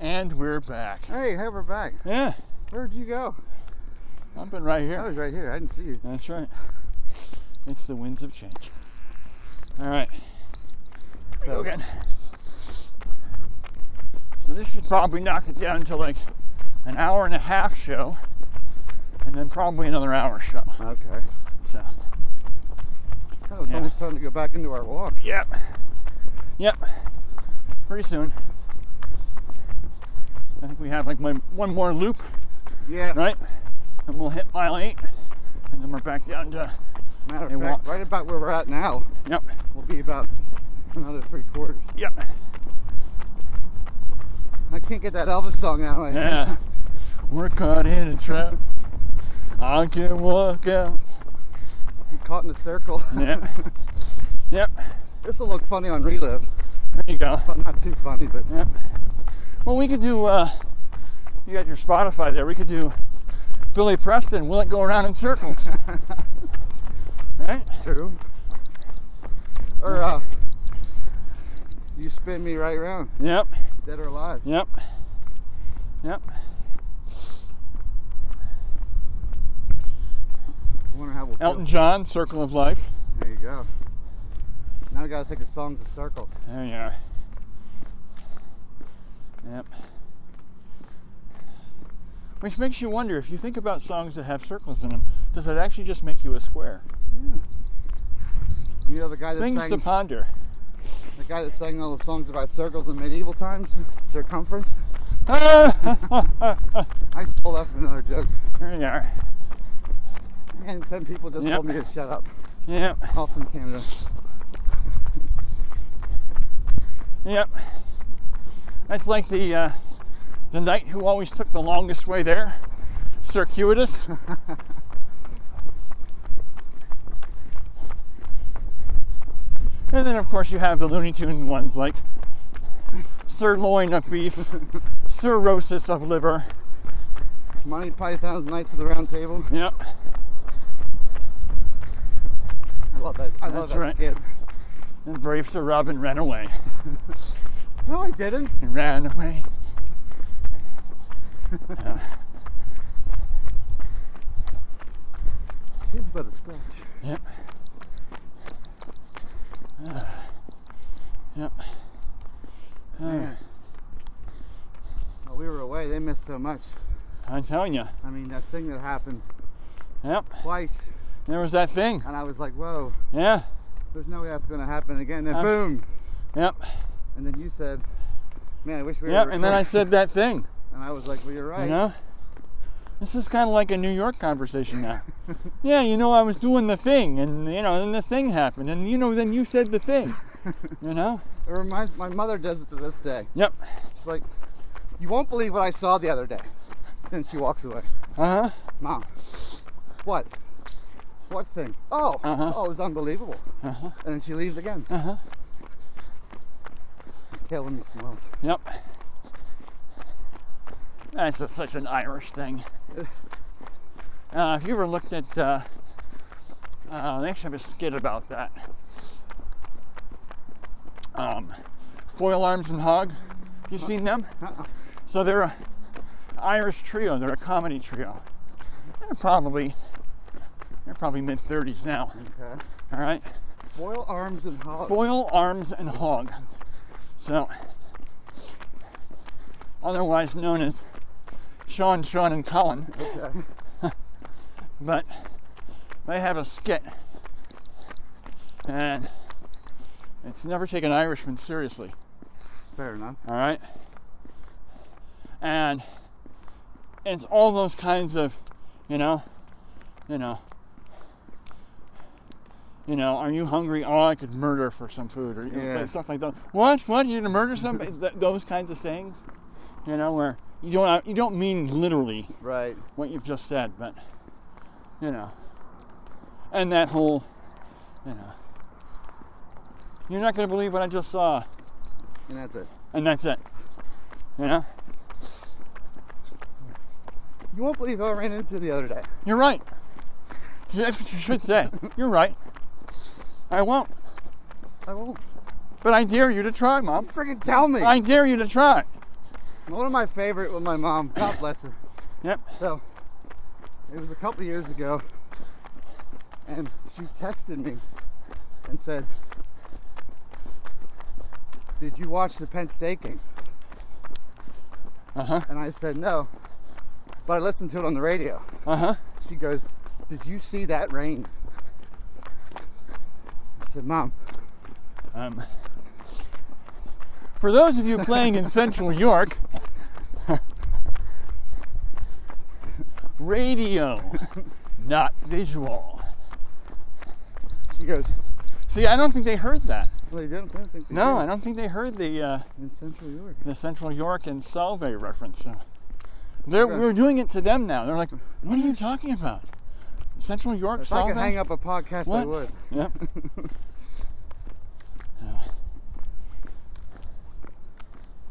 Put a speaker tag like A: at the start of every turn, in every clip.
A: And we're back.
B: Hey, hey, we're back.
A: Yeah,
B: Where'd you go?
A: I've been right
B: I
A: here.
B: was right here. I didn't see you.
A: That's right. It's the winds of change. All right.
B: So,
A: Okay. So this should probably knock it down to like an hour and a half show, and then probably another hour show.
B: Okay.
A: So,
B: Oh, it's
A: Yeah.
B: almost time to go back into our walk.
A: yep, yep. Pretty soon. I think we have like one one more loop,
B: Yeah.
A: right? And we'll hit mile eight, and then we're back down to
B: Matter
A: Hey,
B: of fact,
A: walk.
B: right about where we're at now,
A: yep,
B: we'll be about another three quarters.
A: yep.
B: I can't get that Elvis song out of my head.
A: Yeah. We're caught in a trap. I can walk out.
B: I'm caught in a circle.
A: Yeah. Yep.
B: this will look funny on Relive.
A: There you go.
B: Well, not too funny, but
A: Yep. Well, we could do. Uh, you got your Spotify there. We could do Billy Preston. Will it go around in circles? right?
B: true. Or, uh, you spin me right round,
A: Yep.
B: dead or alive.
A: Yep. Yep.
B: I wonder how we'll feel.
A: Elton John, Circle of Life.
B: There you go. Now I gotta think of songs of circles.
A: There you are. Yep. Which makes you wonder if you think about songs that have circles in them, does it actually just make you a square?
B: You know the guy that
A: Things
B: sang
A: to ponder.
B: the guy that sang all the songs about circles in medieval times, circumference.
A: there
B: I stole that from another joke,
A: you are.
B: and ten people just
A: Yep.
B: told me to shut up.
A: Yep.
B: All from Canada.
A: Yep. That's like the uh, the knight who always took the longest way there, circuitous. and then of course you have the Looney Tune ones like sirloin of beef, cirrhosis of liver.
B: Monty Python's Knights of the Round Table.
A: Yep.
B: I love that. I love
A: That's
B: that
A: right.
B: skit.
A: And brave Sir Robin ran away.
B: No, I didn't.
A: And ran away.
B: He's but a scratch.
A: Yep. Yep.
B: Man. While we were away, they missed so much.
A: I'm telling you.
B: I mean, that thing that happened
A: Yep.
B: twice,
A: There was that thing.
B: and I was like, whoa,
A: Yeah.
B: there's no way that's gonna happen again. Then
A: Um,
B: boom,
A: Yep.
B: and then you said, man, I wish we
A: Yep.
B: were.
A: And then I
B: recording."
A: said that thing.
B: And I was like, well, you're right.
A: You know. This is kind of like a New York conversation now. yeah, you know, I was doing the thing, and you know, then this thing happened, and you know, then you said the thing. You know.
B: It reminds my mother does it to this day.
A: Yep.
B: She's like, you won't believe what I saw the other day. Then she walks away.
A: Uh huh.
B: Mom, what? What thing? Oh,
A: Uh-huh.
B: oh, it was unbelievable.
A: Uh-huh.
B: And then she leaves again.
A: Uh huh.
B: Killing me smells.
A: Yep. That's just such an Irish thing. Uh, if you ever looked at, uh, uh, they actually have a skit about that. Um, Foil Arms and Hog. You seen them?
B: Uh-uh.
A: So they're a Irish trio. They're a comedy trio. They're probably they're probably mid 30s now.
B: Okay.
A: All right.
B: Boil arms and hog.
A: Foil Arms and Hog. So, otherwise known as Sean, Sean, and Colin.
B: Okay.
A: But they have a skit. And it's never taken Irishmen seriously,
B: Fair enough.
A: all right? And it's all those kinds of, you know, you know, you know, are you hungry? Oh, I could murder for some food or you know,
B: Yeah.
A: stuff like that. What? What? You're gonna murder somebody? Th- those kinds of things, you know, where you don't uh, you don't mean literally
B: Right.
A: what you've just said, but you know, and that whole, you know, you're not gonna believe what I just saw,
B: And that's it.
A: and that's it. You know,
B: You won't believe who I ran into the other day.
A: you're right. That's what you should say. You're right. I won't,
B: I won't.
A: but I dare you to try, mom.
B: Freaking tell me.
A: I dare you to try.
B: One of my favorite with my mom. God bless her.
A: Yep.
B: So it was a couple years ago, and she texted me and said, "Did you watch the Penn State game?"
A: Uh huh.
B: And I said, "No," but I listened to it on the radio.
A: Uh huh.
B: She goes, "Did you see that rain?" I said, "Mom,
A: Um, for those of you playing in Central York, radio, not visual.
B: She goes,
A: See, I don't think they heard that.
B: well, they didn't, they don't think they
A: No, I
B: did
A: don't think they heard the uh,
B: in Central York.
A: the Central York and Salve reference. So They're,
B: Okay.
A: We're doing it to them now. They're like, "What are you talking about? Central York
B: If I
A: Salve?"
B: could hang up a podcast, I
A: What?
B: would.
A: Yep.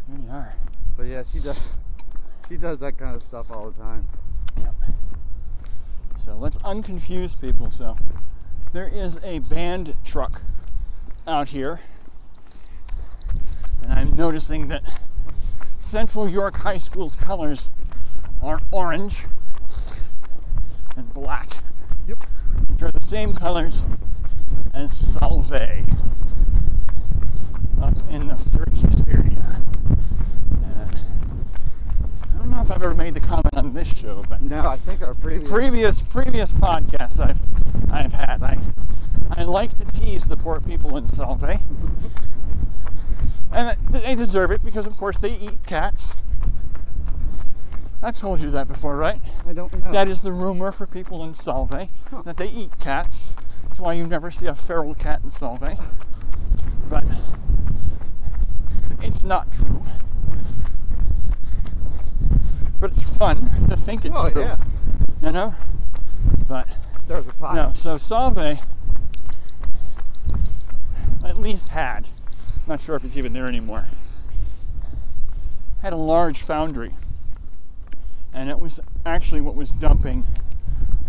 A: Here we are.
B: But yeah, she does. She does that kind of stuff all the time.
A: Yep. So let's unconfuse people. So there is a band truck out here, and I'm noticing that Central York High School's colors are orange and black.
B: Yep.
A: Which are the same colors as Salve up in the Syracuse area. And I don't know if I've ever made the comment on this show, but
B: No, I think our previous.
A: previous previous podcasts I've I've had. I I like to tease the poor people in Solvay, and they deserve it because, of course, they eat cats. I've told you that before, right?
B: I don't know.
A: That is the rumor for people in Solvay
B: Huh.
A: that they eat cats. That's why you never see a feral cat in Solvay. But it's not true. But it's fun to think it's
B: oh
A: true.
B: yeah,
A: You know? But
B: there's a pot.
A: no, so Salve at least had, not sure if it's even there anymore, had a large foundry. And it was actually what was dumping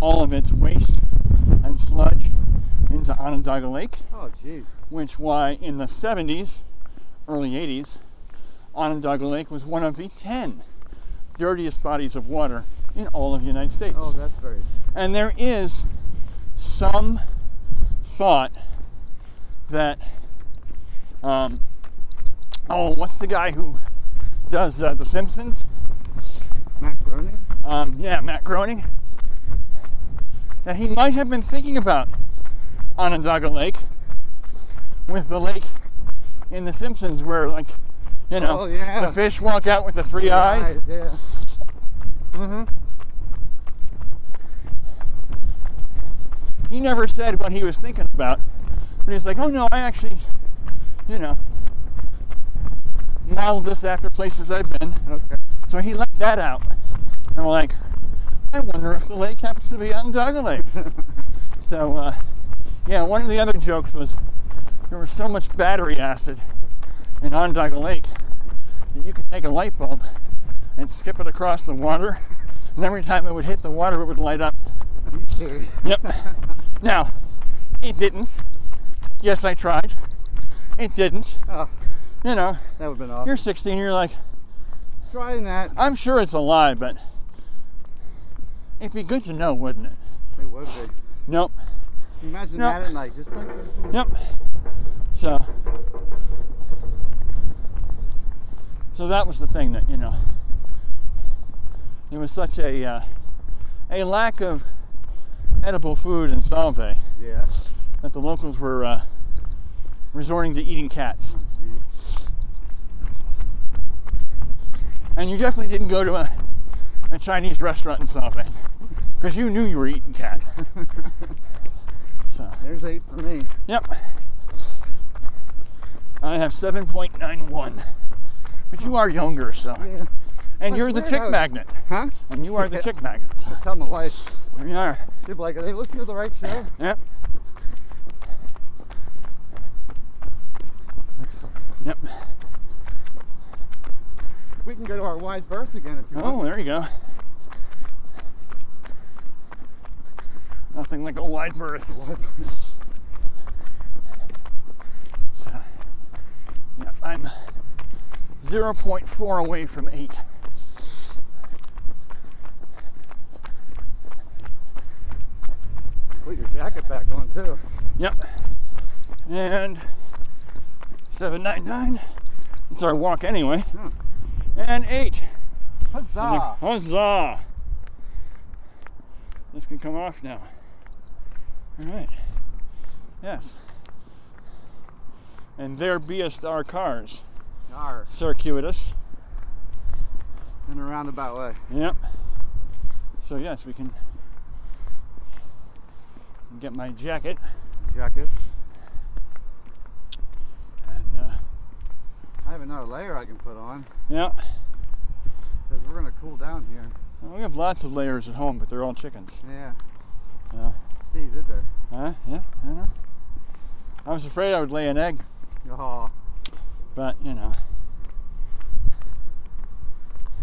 A: all of its waste and sludge into Onondaga Lake,
B: Oh jeez.
A: which why in the 70s, early 80s, Onondaga Lake was one of the 10 dirtiest bodies of water in all of the United States.
B: Oh, that's very.
A: And there is some thought that, um, oh, what's the guy who does uh, The Simpsons?
B: Macaroni.
A: Um, yeah, Matt Groening. That he might have been thinking about Onondaga Lake with the lake in The Simpsons where, like, you know,
B: Oh, yeah.
A: the fish walk out with the three eyes.
B: Yeah.
A: hmm He never said what he was thinking about, but he's like, "Oh no, I actually, you know, modeled this after places I've been."
B: Okay.
A: So he left that out, and we're like, "I wonder if the lake happens to be Onondaga Lake." so, uh, yeah, one of the other jokes was there was so much battery acid in Onondaga Lake that you could take a light bulb and skip it across the water, and every time it would hit the water, it would light up.
B: Are you serious?
A: Yep. now, it didn't. Yes, I tried. It didn't.
B: Oh,
A: You know,
B: that would've been awesome.
A: you're 16, you're like,
B: trying that.
A: I'm sure it's a lie, but it'd be good to know, wouldn't it?
B: It would be. Can
A: Nope.
B: you Imagine
A: No.
B: that at night. Just.
A: Yep. So, so that was the thing that you know. There was such a uh, a lack of edible food in Salve
B: Yeah.
A: that the locals were uh, resorting to eating cats.
B: Gee.
A: And you definitely didn't go to a, a Chinese restaurant in Salve because you knew you were eating cat. So.
B: There's eight for me.
A: Yep. I have 7.91. But you are younger, so.
B: Yeah.
A: And
B: That's
A: you're the
B: weird
A: chick
B: how it's-
A: magnet.
B: Huh?
A: And you are the
B: Yeah.
A: chick magnet. So.
B: Tell my wife.
A: There you are.
B: She'd be like, "Are they listening to the right show?"
A: Yep.
B: That's fun.
A: Yep.
B: We can go to our wide berth again if you
A: Oh,
B: want.
A: there you go. Nothing like a wide berth.
B: What?
A: So. Yep, I'm 0.4 away from 8.
B: Put your jacket back on too.
A: Yep. And 799. It's our walk anyway.
B: Yeah.
A: And 8.
B: Huzzah!
A: Huzzah! This can come off now. All right. Yes. And there beest our cars,
B: Yar.
A: circuitous.
B: In a roundabout way.
A: Yep. So yes, we can get my jacket
B: Jacket.
A: and uh,
B: I have another layer I can put on
A: yeah.
B: because we're gonna cool down here.
A: We have lots of layers at home, but they're all chickens.
B: Yeah.
A: Yeah.
B: See, you did there.
A: Huh? Yeah. I know. I was afraid I would lay an egg,
B: Oh,
A: but you know.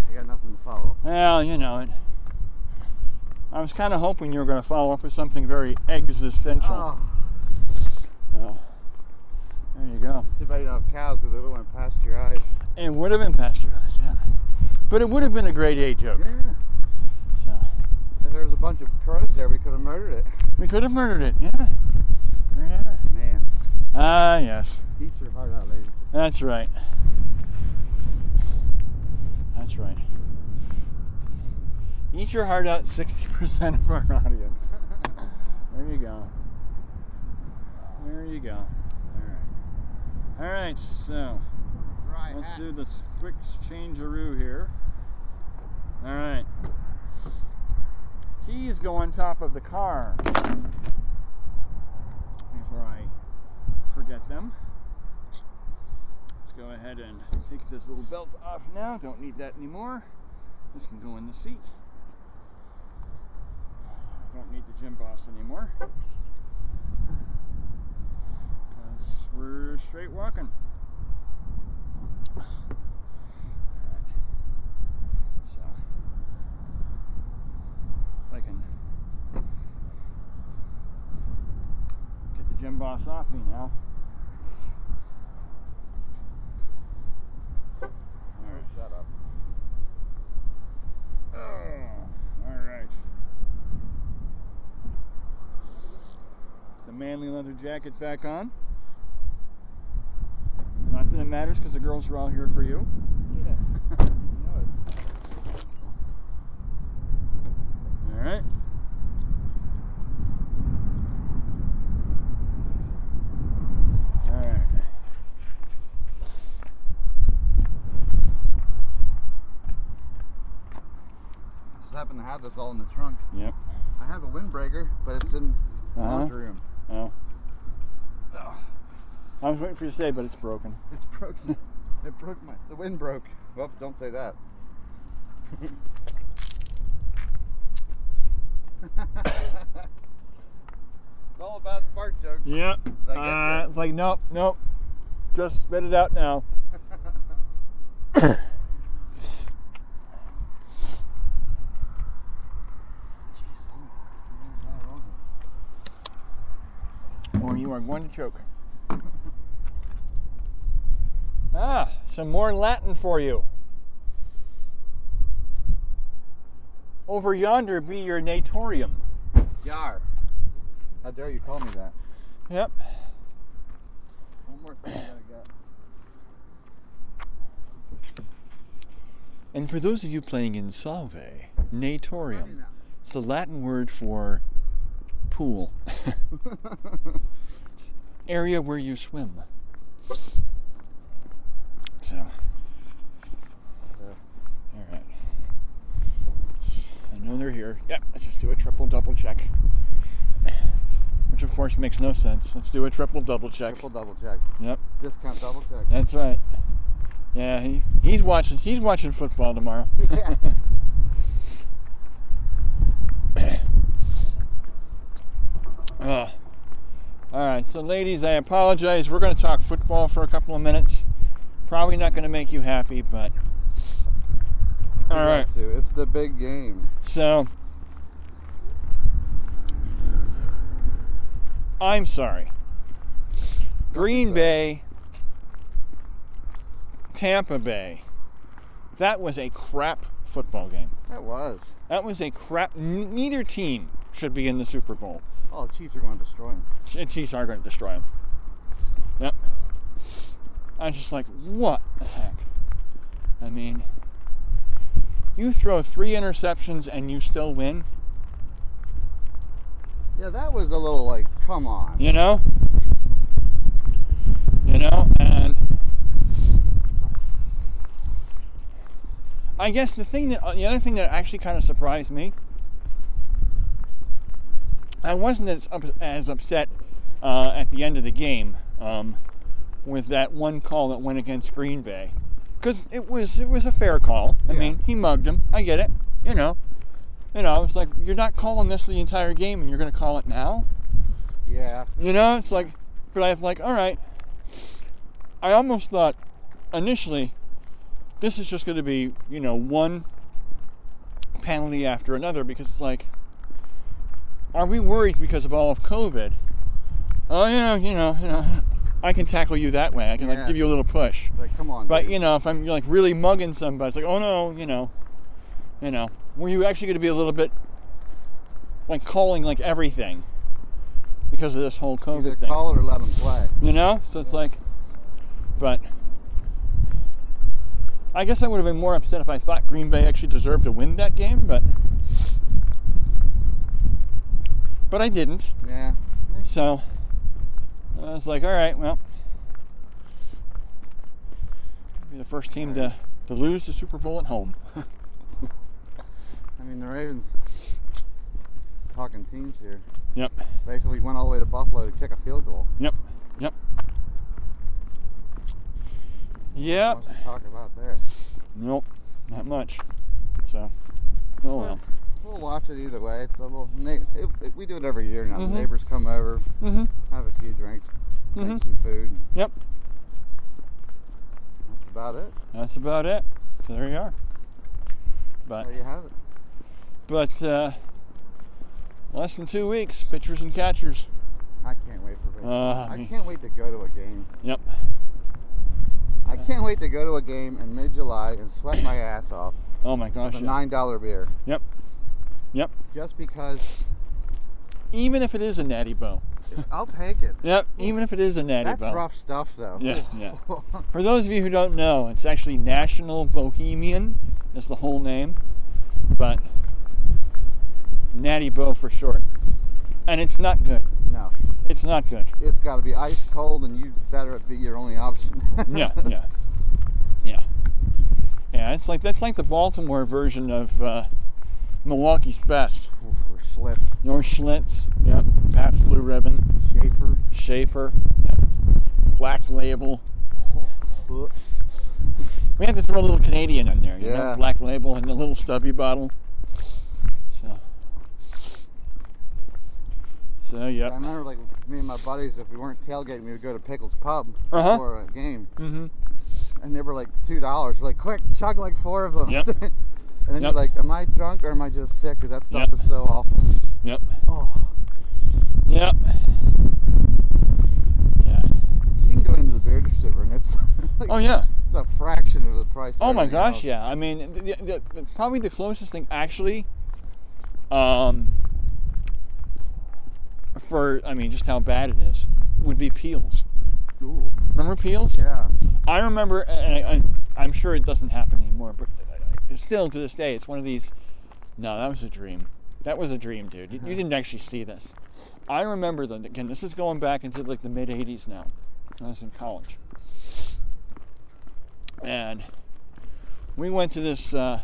B: I got nothing to follow.
A: Well, you know it. I was kind of hoping you were going to follow up with something very existential.
B: Oh,
A: Uh, there you go.
B: too bad you don't have cows because it would have went past your eyes.
A: It would have been pasteurized, yeah. But it would have been a grade A joke.
B: Yeah.
A: So
B: If there was a bunch of crows there, we could have murdered it.
A: we could have murdered it, yeah. There you are.
B: Man,
A: Ah, yes.
B: eat your heart out, lady.
A: That's right. That's right. Eat your heart out 60% of our audience. There you go. There you go. All right. All right, so
B: Right.
A: let's do this quick changeroo here. All right. Keys go on top of the car. Before I forget them. Let's go ahead and take this little belt off now. Don't need that anymore. This can go in the seat. Don't need the gym boss anymore. Because we're straight walking. Alright. So, if I can get the gym boss off me now. Alright.
B: Shut up.
A: Oh, all right. The manly leather jacket back on. Not that it matters because the girls are all here for you.
B: Yeah. no, it's
A: All right. All right.
B: just happen to have this all in the trunk.
A: Yep.
B: I have a windbreaker, but it's in the
A: Uh-huh.
B: laundry room.
A: Oh,
B: Ugh,
A: I was waiting for you to say, but it's broken.
B: it's broken. it broke my. The wind broke. Whoops! Don't say that. it's all about fart jokes.
A: Yep.
B: That gets
A: Uh,
B: it.
A: it's like nope, nope. Just spit it out now. or you are going to choke. Ah, some more Latin for you. Over yonder be your natorium.
B: Yar. How dare you call me that?
A: Yep.
B: One more thing I gotta get.
A: And for those of you playing in Salve,
B: Ready
A: natorium.
B: now.
A: It's the Latin word for pool, area where you swim. So, all right. I know they're here. Yep, let's just do a triple double check. Which, of course, makes no sense. Let's do a triple double check.
B: Triple double check.
A: Yep,
B: Discount double check.
A: that's right. Yeah, he, he's watching. He's watching football tomorrow.
B: Yeah.
A: Ugh. all right, Uh, so ladies, I apologize. We're going to talk football for a couple of minutes. Probably not going to make you happy, but all
B: You
A: right.
B: got to. It's the big game.
A: So I'm sorry. Green
B: sorry.
A: Bay Tampa Bay. That was a crap football game.
B: That was.
A: That was a crap. n- Neither team should be in the Super Bowl.
B: Oh, the Chiefs are going to destroy him.
A: The Chiefs are going to destroy them. Yep. I was just like, what the heck? I mean, you throw three interceptions and you still win.
B: Yeah, that was a little like, come on.
A: you know you know and i guess the thing that the other thing that actually kind of surprised me i wasn't as, up, as upset uh, at the end of the game um, with that one call that went against green bay because it was it was a fair call i
B: Yeah.
A: mean he mugged him i get it you know you know, I was like, you're not calling this the entire game, and you're going to call it now.
B: Yeah.
A: You know, it's like, but I'm like, all right. I almost thought initially this is just going to be, you know, one penalty after another because it's like, are we worried because of all of COVID? Oh, yeah, you know, you know, I can tackle you that way. I can
B: Yeah.
A: like give you a little push.
B: It's like, come on.
A: But
B: dude.
A: you know, if I'm like really mugging somebody, it's like, oh no, you know, you know, were you actually going to be a little bit like calling like everything because of this whole COVID
B: either
A: thing?
B: call it or let him play.
A: You know, so it's like, but I guess I would have been more upset if I thought Green Bay actually deserved to win that game, but but I didn't.
B: Yeah.
A: So I was like, all right, well, be the first team to, to lose the Super Bowl at home.
B: I mean, the Ravens talking teams here.
A: Yep.
B: Basically, went all the way to Buffalo to kick a field goal.
A: Yep.
B: What's to talk about there?
A: Nope. Not much. So, oh well.
B: We'll watch it either way. It's a little. Na- it, it- we do it every year now.
A: Mhm.
B: The neighbors come over,
A: Mm-hmm.
B: have a few drinks,
A: Mm-hmm.
B: make some food.
A: Yep.
B: That's about it.
A: That's about it. So there you are. But
B: There you have it.
A: but uh, less than two weeks, pitchers and catchers.
B: I can't wait for.
A: Uh,
B: I
A: me-
B: can't wait to go to a game.
A: Yep.
B: I can't wait to go to a game in mid-July and sweat my ass off
A: Oh my gosh.
B: with a
A: yeah.
B: nine-dollar beer.
A: Yep. Yep.
B: Just because
A: Even if it is a natty bow.
B: I'll take it.
A: Yep. Even if it is a natty
B: That's
A: bow.
B: rough stuff, though.
A: Yeah, yeah. For those of you who don't know, it's actually National Bohemian. That's the whole name, but Natty Bo for short. And it's not good.
B: no,
A: It's not good.
B: it's got to be ice cold, and you better it be your only option.
A: Yeah, yeah, yeah, yeah. It's like that's like the Baltimore version of uh, Milwaukee's best.
B: Oof, or Schlitz,
A: North Schlitz, yep. Pat Blue Ribbon,
B: Schaefer.
A: Schaefer, Black Label.
B: Ugh.
A: We have to throw a little Canadian in there, you know,
B: Yeah.
A: black label and a little stubby bottle. So, so
B: I
A: yeah.
B: remember, like me and my buddies, if we weren't tailgating, we would go to Pickles Pub
A: Uh-huh.
B: before a game,
A: Mm-hmm.
B: and they were like two dollars. Like, quick, chug like four of them.
A: Yep.
B: and then
A: Yep.
B: you're like, am I drunk or am I just sick? Because that stuff
A: Yep.
B: is so awful.
A: Yep.
B: Oh,
A: Yep. Yeah.
B: you can go into the beer distributor, and it's like,
A: Oh yeah.
B: it's a fraction of the price. of
A: Oh my
B: everything
A: gosh.
B: else.
A: Yeah. I mean, the, the, the, probably the closest thing actually. Um. For I mean, just how bad it is would be Peels.
B: Ooh,
A: Remember Peels?
B: yeah.
A: I remember, and I, I, I'm sure it doesn't happen anymore, but I- I- still to this day, it's one of these. No, that was a dream. That was a dream, dude. You, you didn't actually see this. I remember that again. This is going back into like the mid '80s now. I was in college, and we went to this uh,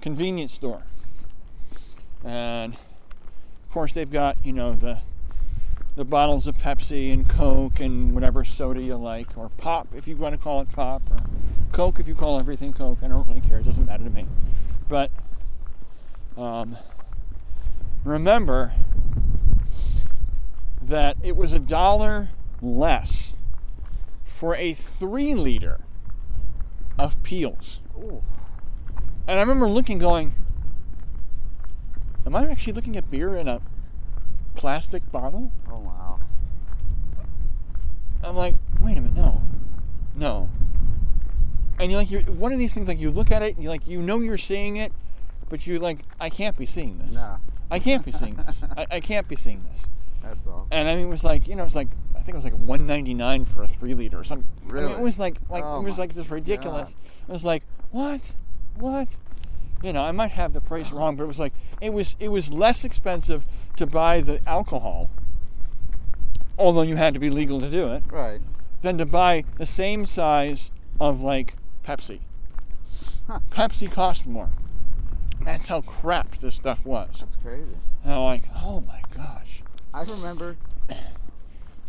A: convenience store, and of course they've got you know the the bottles of Pepsi and Coke and whatever soda you like, or pop if you want to call it pop, or Coke if you call everything Coke. I don't really care; it doesn't matter to me. But um, remember that it was a dollar less for a three-liter of Peels,
B: Ooh.
A: and I remember looking, going, "Am I actually looking at beer in a plastic bottle?"
B: Oh wow.
A: I'm like, wait a minute, no, no, and you like you one of these things like you look at it and you like you know you're seeing it, but you're like I can't be seeing this.
B: Nah,
A: I can't be seeing this. I, I can't be seeing this.
B: that's all.
A: And I mean it was like you know it was like I think it was like 199 for a three liter or something. I mean,
B: Really?
A: it was like like
B: Oh
A: it was
B: my
A: like just ridiculous.
B: God.
A: It was like what what. You know, I might have the price wrong, but it was like it was it was less expensive to buy the alcohol, although you had to be legal to do it
B: Right.
A: than to buy the same size of like Pepsi.
B: Huh.
A: Pepsi cost more. That's how crap this stuff was.
B: That's crazy.
A: And I'm like, oh my gosh.
B: I remember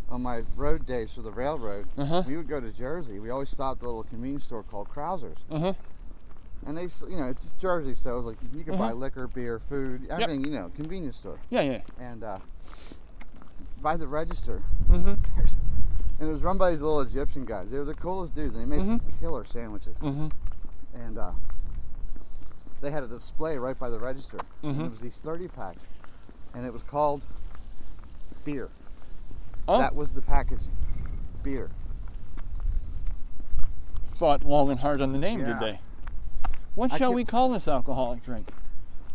B: on my road days for the railroad,
A: Uh-huh.
B: we would go to Jersey. We always stopped at a little convenience store called Krauser's.
A: Uh-huh.
B: And they, s- you know, it's just Jersey, so it was like you could buy
A: Uh-huh.
B: liquor, beer, food, everything, you know, convenience store.
A: Yeah, yeah.
B: And uh, by the register,
A: Mm-hmm.
B: and it was run by these little Egyptian guys. They were the coolest dudes, and they made some killer sandwiches.
A: Mm-hmm.
B: And uh, they had a display right by the register. And
A: Mhm.
B: it was these 30 packs, and it was called beer.
A: Oh,
B: That was the packaging. Beer.
A: thought long and hard on the name, did
B: Yeah.
A: they? What
B: I
A: shall
B: could-
A: we call this alcoholic drink?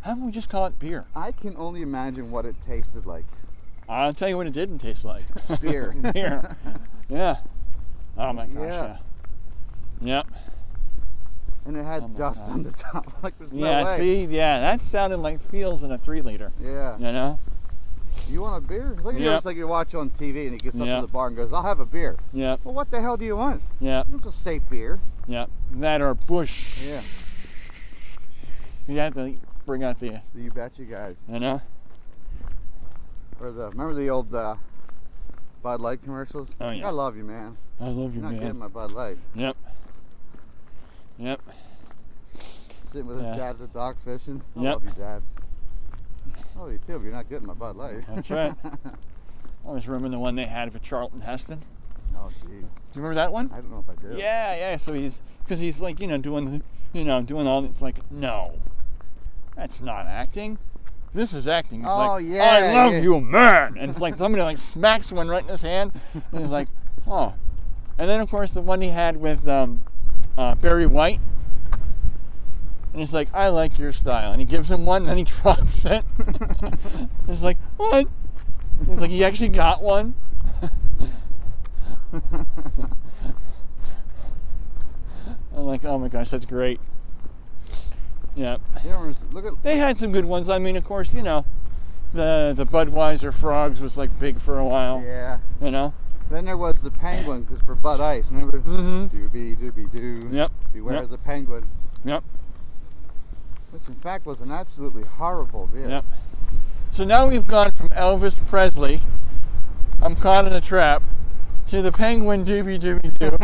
A: How about we just call it beer?
B: I can only imagine what it tasted like.
A: I'll tell you what it didn't taste like.
B: Beer.
A: beer. Yeah. Oh my gosh.
B: Yeah.
A: Yeah. Yep.
B: And it had
A: Oh my
B: dust
A: God.
B: on the top. Like there's no
A: yeah.
B: way.
A: See. Yeah. That sounded like feels in a three liter.
B: Yeah.
A: You know.
B: You want a beer? Look at you.
A: Yeah.
B: It's like you watch on TV and he gets up
A: Yeah.
B: to the bar and goes, I'll have a beer.
A: Yep.
B: Well, what the hell do you want?
A: Yep.
B: You don't just say beer.
A: Yep. That or Bush.
B: Yeah.
A: You have to bring out the,
B: You bet you guys.
A: you know?
B: Or the remember the old uh, Bud Light commercials?
A: Oh, yeah.
B: I love you, man.
A: I love you,
B: You're not getting
A: man.
B: my Bud Light.
A: Yep. Yep.
B: Sitting with his
A: Yeah.
B: dad at the dock fishing. I
A: Yep.
B: love you, dad. I love you too, but you're not getting my Bud Light.
A: That's right. I always remember the one they had for Charlton Heston. Do
B: oh, geez.
A: you remember that one?
B: I don't know if I do.
A: Yeah, yeah. So he's, because he's like, you know, doing, the- you know, doing all, it's like, no, that's not acting. This is acting. He's
B: Oh,
A: like, I
B: yeah,
A: love
B: yeah.
A: you, man. And it's like somebody like smacks one right in his hand. And he's like, oh. And then, of course, the one he had with um, uh, Barry White. And he's like, I like your style. And he gives him one, and then he drops it. He's like, what? And He's like, he actually got one. I'm like, oh my gosh, that's great. Yeah.
B: You don't remember, look at
A: They had some good ones. I mean, of course, you know, the the Budweiser frogs was like big for a while.
B: yeah.
A: You know?
B: Then there was the penguin, because for Bud Ice, remember?
A: Mhm.
B: Doobie doobie doo.
A: Yep.
B: Beware
A: Yep.
B: the penguin.
A: Yep.
B: Which in fact was an absolutely horrible beer.
A: Yep. So now we've gone from Elvis Presley, I'm caught in a trap, to the penguin doobie doobie doo.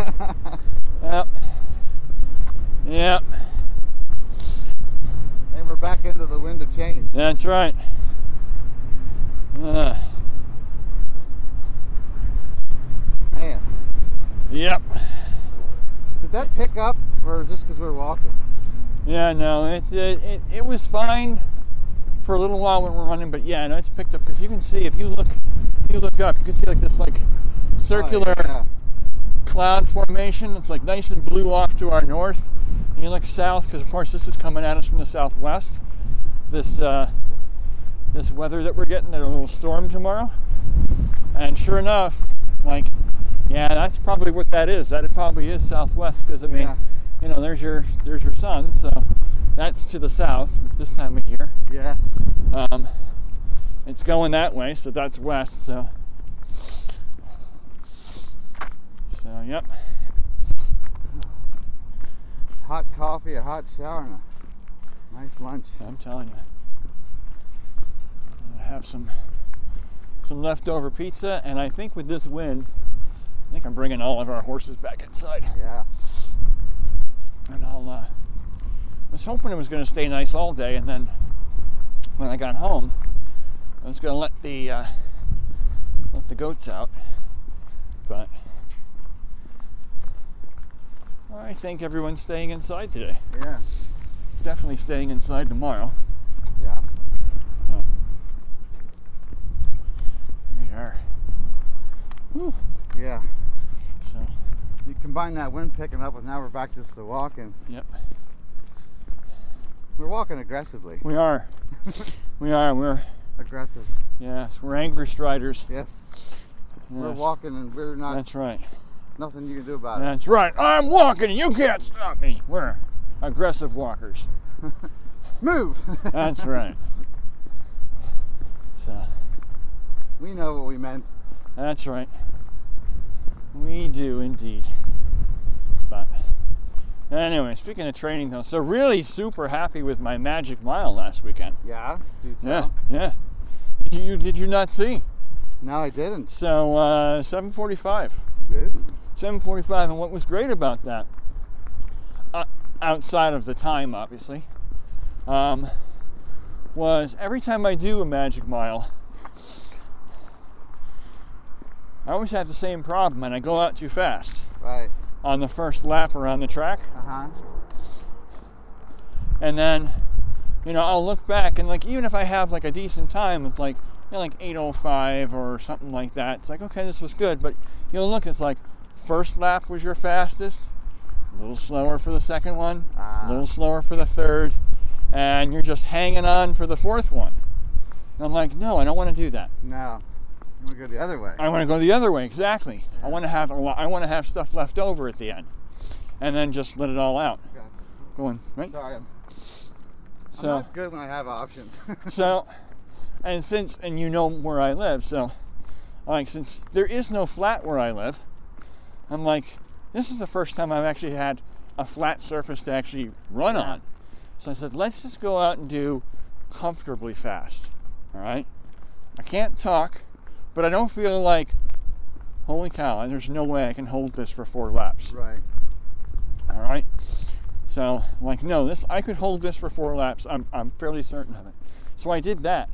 A: yep. Yep.
B: And we're back into the window chain.
A: That's right. Uh,
B: Man,
A: yep.
B: did that pick up, or is this because we were walking?
A: Yeah, no, it, it, it, it was fine for a little while when we're running, but yeah, no, it's picked up because you can see if you look, you look up, you can see like this like circular
B: Oh, yeah.
A: cloud formation. It's like nice and blue off to our north, and you look south because of course this is coming at us from the southwest. This uh, this weather that we're getting, there's a little storm tomorrow, and sure enough, like yeah, that's probably what that is. That it probably is southwest because I mean,
B: Yeah.
A: you know, there's your there's your sun, so that's to the south this time of year.
B: Yeah.
A: Um, it's going that way, so that's west. So, so yep.
B: Hot coffee, a hot shower, and a nice lunch.
A: I'm telling you. I have some some leftover pizza, and I think with this wind, I think I'm bringing all of our horses back inside.
B: Yeah.
A: And I'll. Uh, I was hoping it was going to stay nice all day, and then when I got home, I was going to let the uh, let the goats out. But I think everyone's staying inside today.
B: Yeah.
A: Definitely staying inside tomorrow.
B: Yeah.
A: Here we are. Whew.
B: Yeah.
A: So
B: You combine combine that wind picking up with now we're back just to walking.
A: Yep.
B: We're walking aggressively.
A: We are. we are. We're
B: Aggressive.
A: yes. We're angry striders.
B: Yes. We're
A: Yes.
B: walking and we're not
A: That's right.
B: nothing you can do about it.
A: That's right. I'm walking. You can't stop me. We're aggressive walkers.
B: Move.
A: That's right. So
B: we know what we meant.
A: that's right. We do indeed. But anyway, speaking of training though, so really super happy with my magic mile last weekend.
B: Yeah. Do tell.
A: Yeah, yeah. Did you did you not see?
B: No, I didn't.
A: So uh, 7:45.
B: Ooh.
A: 7:45, and what was great about that, uh, outside of the time, obviously, um, was every time I do a magic mile, I always have the same problem, and I go out too fast
B: Right.
A: on the first lap around the track,
B: Uh huh.
A: and then, you know, I'll look back and like even if I have like a decent time, it's like you know, like 8:05 or something like that. It's like okay, this was good, but you'll look, it's like first lap was your fastest, a little slower for the second one,
B: Ah.
A: a little slower for the third, and you're just hanging on for the fourth one. And I'm like, no, I don't want to do that.
B: No. I'm gonna go the other way.
A: I want to go the other way. Exactly. I
B: Yeah.
A: want to have a lot. I want to have stuff left over at the end, and then just let it all out.
B: Gotcha.
A: Going right.
B: Sorry, I'm, I'm
A: so
B: not good when I have options.
A: So, and since, and you know where I live, so, like, since there is no flat where I live, I'm like, this is the first time I've actually had a flat surface to actually run
B: Yeah.
A: on. So I said, let's just go out and do comfortably fast. All right. I can't talk, but I don't feel like, holy cow, there's no way I can hold this for four laps.
B: right.
A: All right. So, like, no, this I could hold this for four laps. I'm, I'm fairly certain of it. So I did that,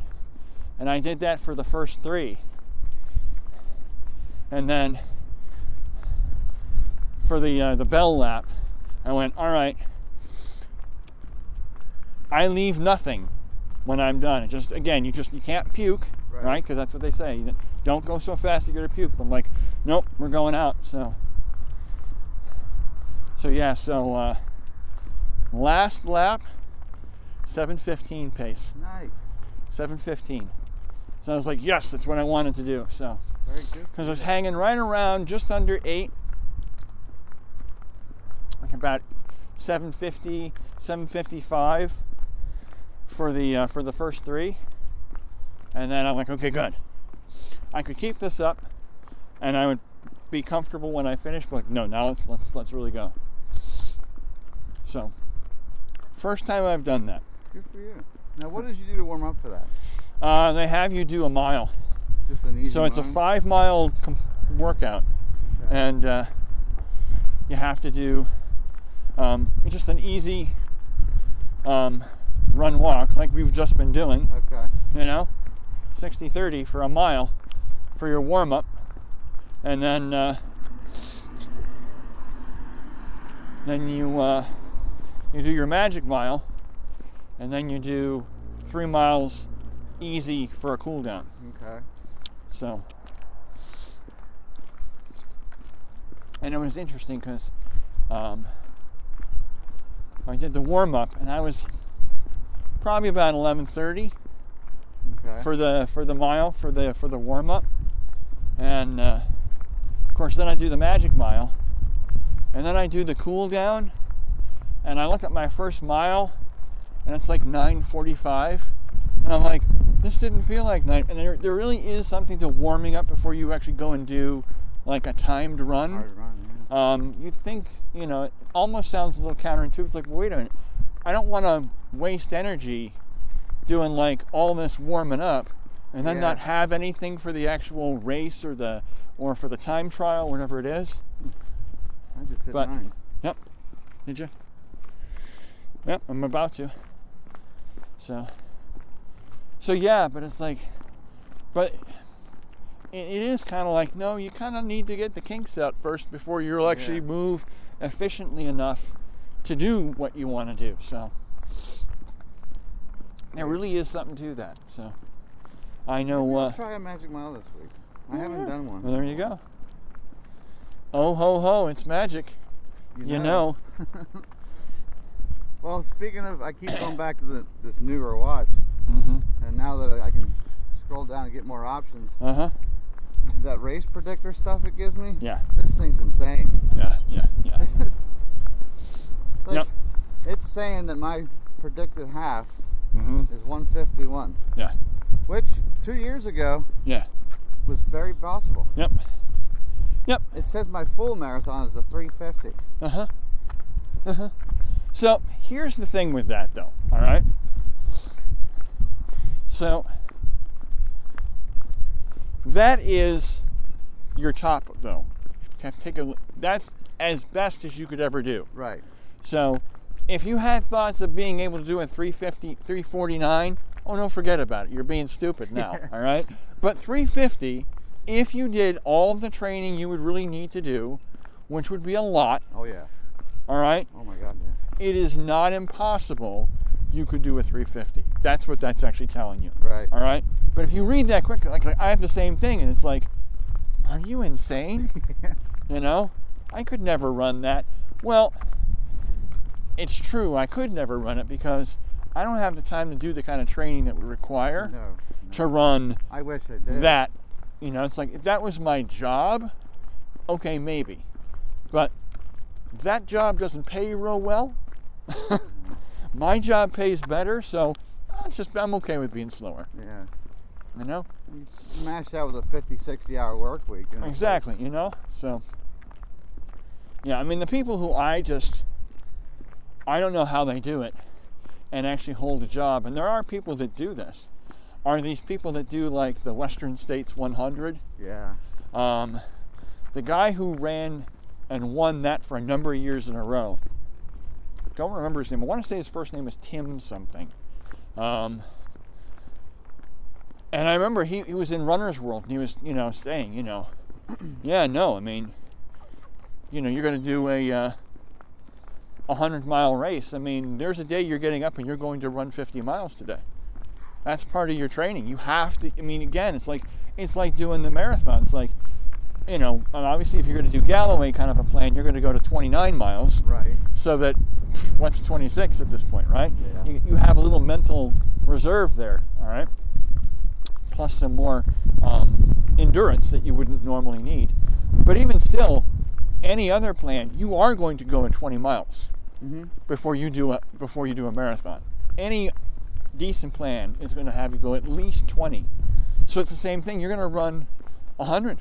A: and I did that for the first three, and then for the uh, the bell lap, I went all right. I leave nothing when I'm done. It just again, you just you can't puke,
B: Right.
A: right? Because that's what they say. You don't go so fast that you're gonna puke. But I'm like, nope, we're going out. So, so yeah. So uh, last lap, 7:15 pace,
B: Nice.
A: 7:15. So I was like, yes, that's what I wanted to do. So
B: Very good.
A: because I was hanging right around just under eight, like about 750, 755 for the uh, for the first three, and then I'm like, okay, good. I could keep this up, and I would be comfortable when I finish. But like, no, now let's let's let's really go. So, first time I've done that.
B: Good for you. Now, what did you do to warm up for that?
A: Uh, they have you do a mile.
B: Just an easy.
A: so it's a
B: run?
A: five mile com- workout
B: Okay.
A: and uh, you have to do um, just an easy um, run walk like we've just been doing
B: Okay.
A: you know 60 30 for a mile for your warm up and then uh, then you uh, you do your magic mile and then you do three miles easy for a cool down
B: Okay.
A: so, and it was interesting because um, I did the warm up, and I was probably about 11:30
B: Okay.
A: for the for the mile for the for the warm up, and uh, of course then I do the magic mile, and then I do the cool down, and I look at my first mile, and it's like 9:45, and I'm like, this didn't feel like nine. And there, there really is something to warming up before you actually go and do like a timed run.
B: Hard run.
A: Um, you think, you know, it almost sounds a little counterintuitive. It's like, wait a minute, I don't want to waste energy doing like all this warming up and then
B: Yeah.
A: not have anything for the actual race or the or for the time trial, whatever it is.
B: Yeah. I just hit
A: but-
B: nine.
A: Did you? Yep, I'm about to. So, so yeah, but it's like, but it, it is kind of like no, you kind of need to get the kinks out first before you'll actually
B: Yeah.
A: move efficiently enough to do what you want to do. So, there really is something to that. So, I know.
B: Maybe I'll
A: Uh,
B: Try a magic mile this week. I
A: Yeah.
B: haven't done one.
A: well, there you go. Oh ho ho, it's magic. You know.
B: well, speaking of, I keep going back to the, this newer watch,
A: Mm-hmm.
B: and now that I can scroll down and get more options,
A: Uh huh.
B: that race predictor stuff it gives me,
A: Yeah.
B: this thing's insane.
A: Yeah. Yeah. Yeah.
B: Like,
A: Yep.
B: It's saying that my predicted half
A: Mm-hmm.
B: is 151,
A: Yeah.
B: which two years ago
A: Yeah.
B: was very possible.
A: Yep.
B: It says my full marathon is the 350.
A: Uh huh. Uh huh. So here's the thing with that, though. All right. So that is your top, though. Ta- Take a. l- That's as best as you could ever do.
B: Right.
A: So if you had thoughts of being able to do a 350, 349, oh no, forget about it. You're being stupid now. all right. But 350, if you did all the training you would really need to do, which would be a lot.
B: Oh yeah.
A: All right
B: Oh my God. Yeah.
A: it is not impossible you could do a 350. That's what that's actually telling you.
B: Right.
A: All right. But if you read that quick, like, like, I have the same thing, and it's like, are you insane? you know, I could never run that. Well, it's true. I could never run it because I don't have the time to do the kind of training that would require
B: No.
A: to run
B: I wish I did.
A: that. You know, it's like if that was my job, okay, maybe. But that job doesn't pay you real well.
B: Mm-hmm.
A: my job pays better, so I'm just I'm okay with being slower.
B: Yeah.
A: You know,
B: You mash that with a 50, 60 hour work week. and it's like,
A: exactly. You know, so yeah. I mean, the people who I just I don't know how they do it and actually hold a job. And there are people that do this. Are these people that do like the Western States 100?
B: Yeah.
A: Um, the guy who ran and won that for a number of years in a row. Don't remember his name. I want to say his first name is Tim something. Um, and I remember he, he was in Runner's World and he was, you know, saying, you know, yeah, no, I mean, you know, you're going to do a uh, 100 mile race. I mean, there's a day you're getting up and you're going to run 50 miles today. That's part of your training. You have to, I mean, again, it's like, it's like doing the marathon. It's like, you know, and obviously if you're going to do Galloway kind of a plan, you're going to go to 29 miles
B: Right.
A: so that what's 26 at this point, right?
B: Yeah.
A: You, you have a little mental reserve there, all right? Plus some more um, endurance that you wouldn't normally need. But even still, any other plan, you are going to go in 20 miles
B: Mhm.
A: before you do a before you do a marathon. Any decent plan is going to have you go at least 20. So it's the same thing. You're going to run 100.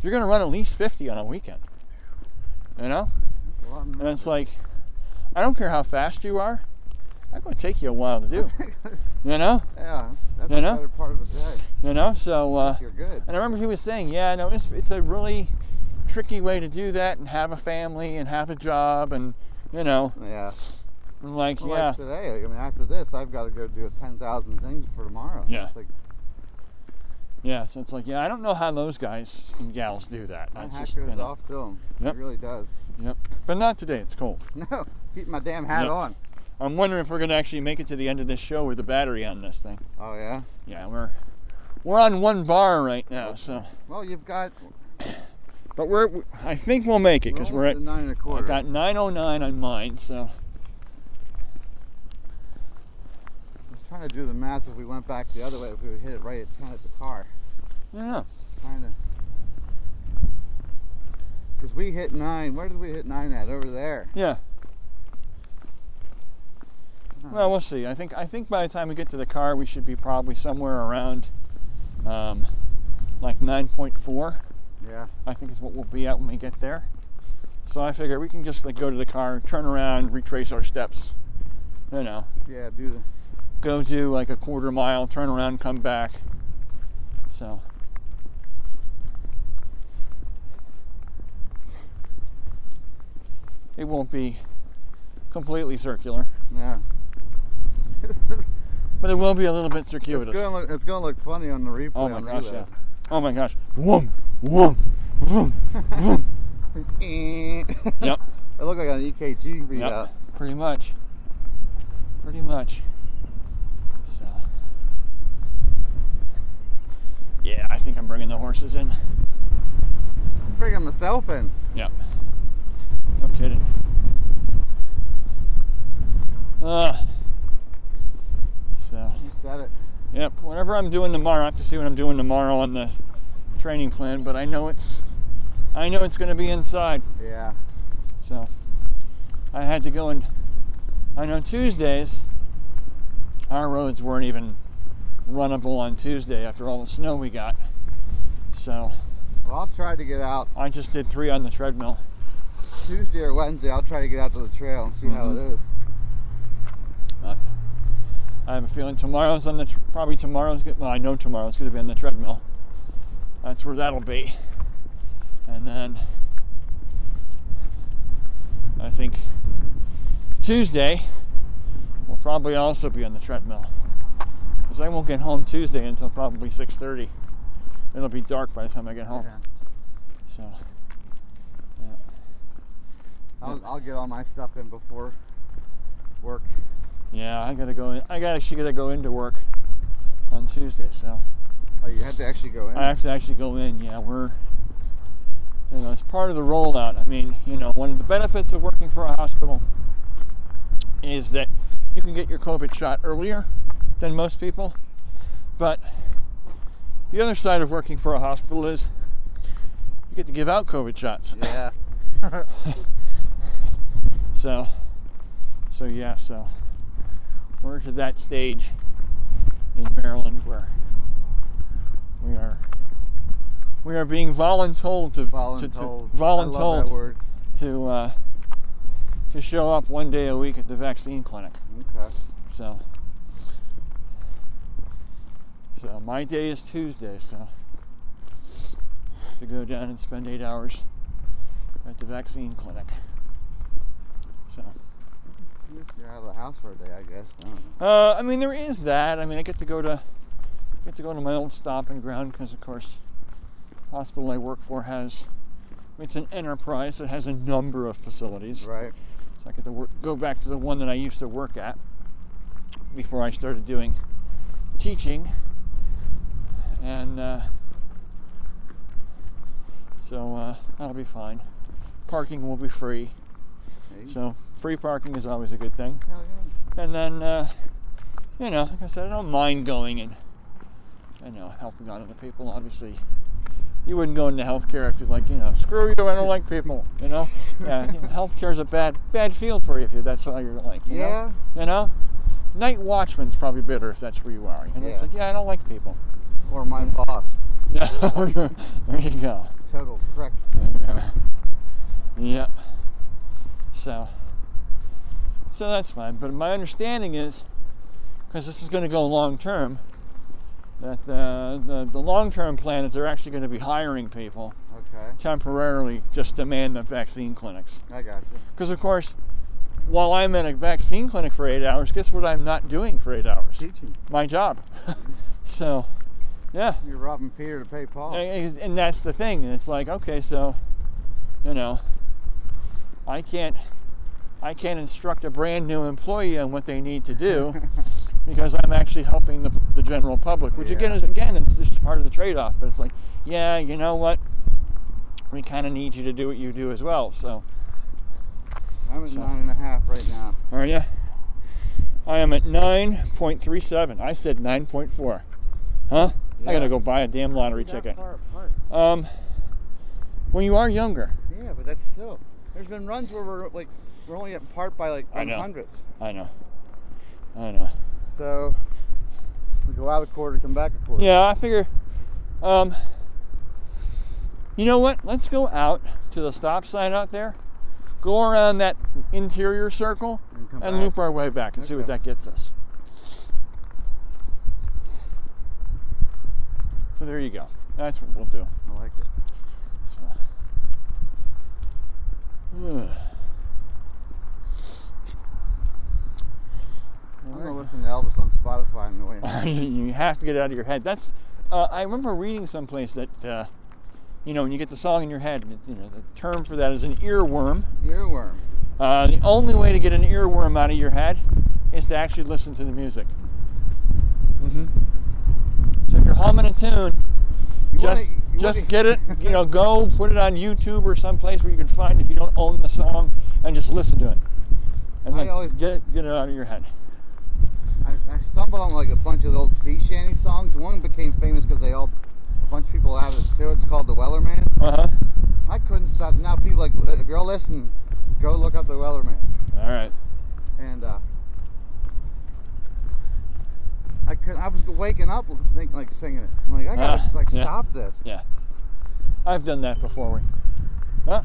A: You're going to run at least 50 on a weekend. You know?
B: Well, I'm-
A: And it's like, I don't care how fast you are. That's going to take you a while to do. you know?
B: yeah. That's
A: You
B: the
A: know?
B: better part of the day.
A: You know? So, uh,
B: If you're good.
A: and I remember he was saying, yeah, no, it's, it's a really tricky way to do that and have a family and have a job and, you know,
B: Yeah.
A: and like,
B: Well,
A: yeah.
B: Like today, I mean, after this, I've got to go do 10,000 things for tomorrow.
A: Yeah.
B: It's like,
A: Yeah, so it's like, yeah, I don't know how those guys and gals do that.
B: my
A: That's
B: hat
A: just, you
B: goes
A: know.
B: off to him.
A: Yep.
B: It really does.
A: Yep. But not today, it's cold.
B: No. Keep my damn hat
A: Yep.
B: on.
A: I'm wondering if we're going to actually make it to the end of this show with the battery on this thing.
B: Oh, yeah.
A: Yeah, we're we're on one bar right now, so
B: Well, you've got.
A: but we're I think we'll make it because we're at
B: almost nine and a
A: I
B: quarter.
A: got 909 on mine, so
B: I was trying to do the math if we went back the other way, if we would hit it right at 10 at the car.
A: I don't know.
B: Trying to. Because we hit nine. Where did we hit nine at? Over there.
A: Yeah.
B: Huh.
A: Well, we'll see. I think I think by the time we get to the car, we should be probably somewhere around um, like 9.4.
B: Yeah.
A: I think is what we'll be at when we get there. So I figure we can just like go to the car, turn around, retrace our steps. You know,
B: Yeah, do the.
A: go do like a quarter mile, turn around, come back. So it won't be completely circular,
B: Yeah. it's,
A: but it will be a little bit circuitous.
B: gonna look, it's gonna look funny on the replay.
A: Oh my
B: on
A: gosh, yeah.
B: reload.
A: Oh my gosh. Whoom, whoom, whoom, whoom.
B: Eh.
A: Yep.
B: it looked like an EKG
A: Yep,
B: readout.
A: pretty much. Pretty much. So. Yeah, I think I'm bringing the horses in.
B: bringing myself in.
A: Yep. No kidding. Uh, so,
B: You said it.
A: yep. Whatever I'm doing tomorrow, I have to see what I'm doing tomorrow on the training plan. But I know it's, I know it's going to be inside.
B: Yeah.
A: So, I had to go and, I know Tuesdays, our roads weren't even runnable on Tuesday after all the snow we got. So,
B: Well, I'll try to get out
A: I just did three on the treadmill.
B: Tuesday or Wednesday. I'll try to get out to the trail and see how it
A: Mhm.
B: is.
A: I have a feeling tomorrow's on the tr- probably tomorrow's go- well I know tomorrow's going to be on the treadmill. That's where that'll be, and then I think Tuesday will probably also be on the treadmill because I won't get home Tuesday until probably 6:30. It'll be dark by the time I get home.
B: Yeah.
A: So
B: I'll, I'll get all my stuff in before work.
A: yeah, I gotta go. In, I got actually gotta go into work on Tuesday. So.
B: Oh, you have to actually go in.
A: I have to actually go in. Yeah, we're, you know, it's part of the rollout. I mean, you know, one of the benefits of working for a hospital is that you can get your COVID shot earlier than most people. But the other side of working for a hospital is you get to give out COVID shots.
B: yeah.
A: So, so yeah, so we're to that stage in Maryland where we are we are being voluntold to to, to,
B: Voluntold. I love that
A: voluntold
B: word.
A: to uh, to show up one day a week at the vaccine clinic.
B: Okay.
A: So, so my day is Tuesday. So to go down and spend eight hours at the vaccine clinic. So.
B: You're out of the house for a day, I guess. I don't know.
A: Uh, I mean, there is that. I mean, I get to go to get to go to my old stomping ground because, of course, the hospital I work for has it's an enterprise that has a number of facilities.
B: Right.
A: So I get to work, go back to the one that I used to work at before I started doing teaching, and uh, so uh, that'll be fine. Parking will be free,
B: Hey.
A: so free parking is always a good thing.
B: Hell yeah.
A: And then, uh, you know, like I said, I don't mind going and, you know, helping out other people. Obviously, you wouldn't go into healthcare if you're like, you know, screw you, I don't like people, you know? Yeah, you know, healthcare's a bad, bad field for you if you, that's all you're like, you
B: Yeah.
A: know? You know? Night watchman's probably better if that's where you are. You know, it's
B: Yeah.
A: like, yeah, I don't like people.
B: Or my boss.
A: Yeah, there you go.
B: Total prick.
A: Yep. So, so that's fine. But my understanding is, because this is going to go long term, that the the, the long term plan is they're actually going to be hiring people
B: Okay.
A: temporarily just to man the vaccine clinics.
B: I got you.
A: Because of course, while I'm in a vaccine clinic for eight hours, guess what I'm not doing for eight hours?
B: Teaching.
A: My job. so, yeah.
B: You're robbing Peter to pay Paul.
A: And- And and that's the thing. And it's like, okay, so, you know, I can't, I can't instruct a brand new employee on what they need to do because I'm actually helping the, the general public. Which again
B: Yeah.
A: is again, it's just part of the trade-off. But it's like, yeah, you know what? We kind of need you to do what you do as well. So,
B: I'm at
A: So-
B: nine and a half right now.
A: are you? I am at 9.37. I said 9.4. Huh? I
B: Yeah.
A: gotta go buy a damn lottery
B: Not
A: ticket.
B: Far apart.
A: Um, when you are younger,
B: Yeah, but that's still. There's been runs where we're like we're only apart by like
A: I
B: one
A: know.
B: hundredths.
A: I know. I know.
B: So we go out a quarter, come back a quarter.
A: Yeah, I figure. Um, you know what? Let's go out to the stop sign out there, go around that interior circle,
B: And come
A: and
B: back.
A: loop our way back and see what
B: Okay.
A: that gets us. So there you go. That's what we'll do.
B: I like it.
A: So. Ugh.
B: I'm
A: Alright.
B: gonna listen to Elvis on Spotify on the way. home.
A: you have to get it out of your head. That's uh, I remember reading someplace that uh, you know when you get the song in your head, you know the term for that is an earworm.
B: Earworm.
A: Uh, the only way to get an earworm out of your head is to actually listen to the music. hmm So if you're humming a tune,
B: Mm-hmm. You
A: just
B: wanna, You
A: just
B: wouldn't-
A: get it, you know, go put it on YouTube or someplace where you can find it if you don't own the song and just listen to it. And
B: I
A: then
B: always-
A: get it, get it out of your head.
B: I, I stumbled on like a bunch of old sea shanty songs. One became famous because they all, a bunch of people added it too. It's called The Weller Man.
A: Uh huh.
B: I couldn't stop. Now people like, if you're listening, go look up The Weller Man.
A: All right.
B: And uh, I could. I was waking up think like singing it. I'm like, I gotta
A: Ah,
B: like
A: yeah.
B: stop this.
A: Yeah. I've done that before. We. Huh?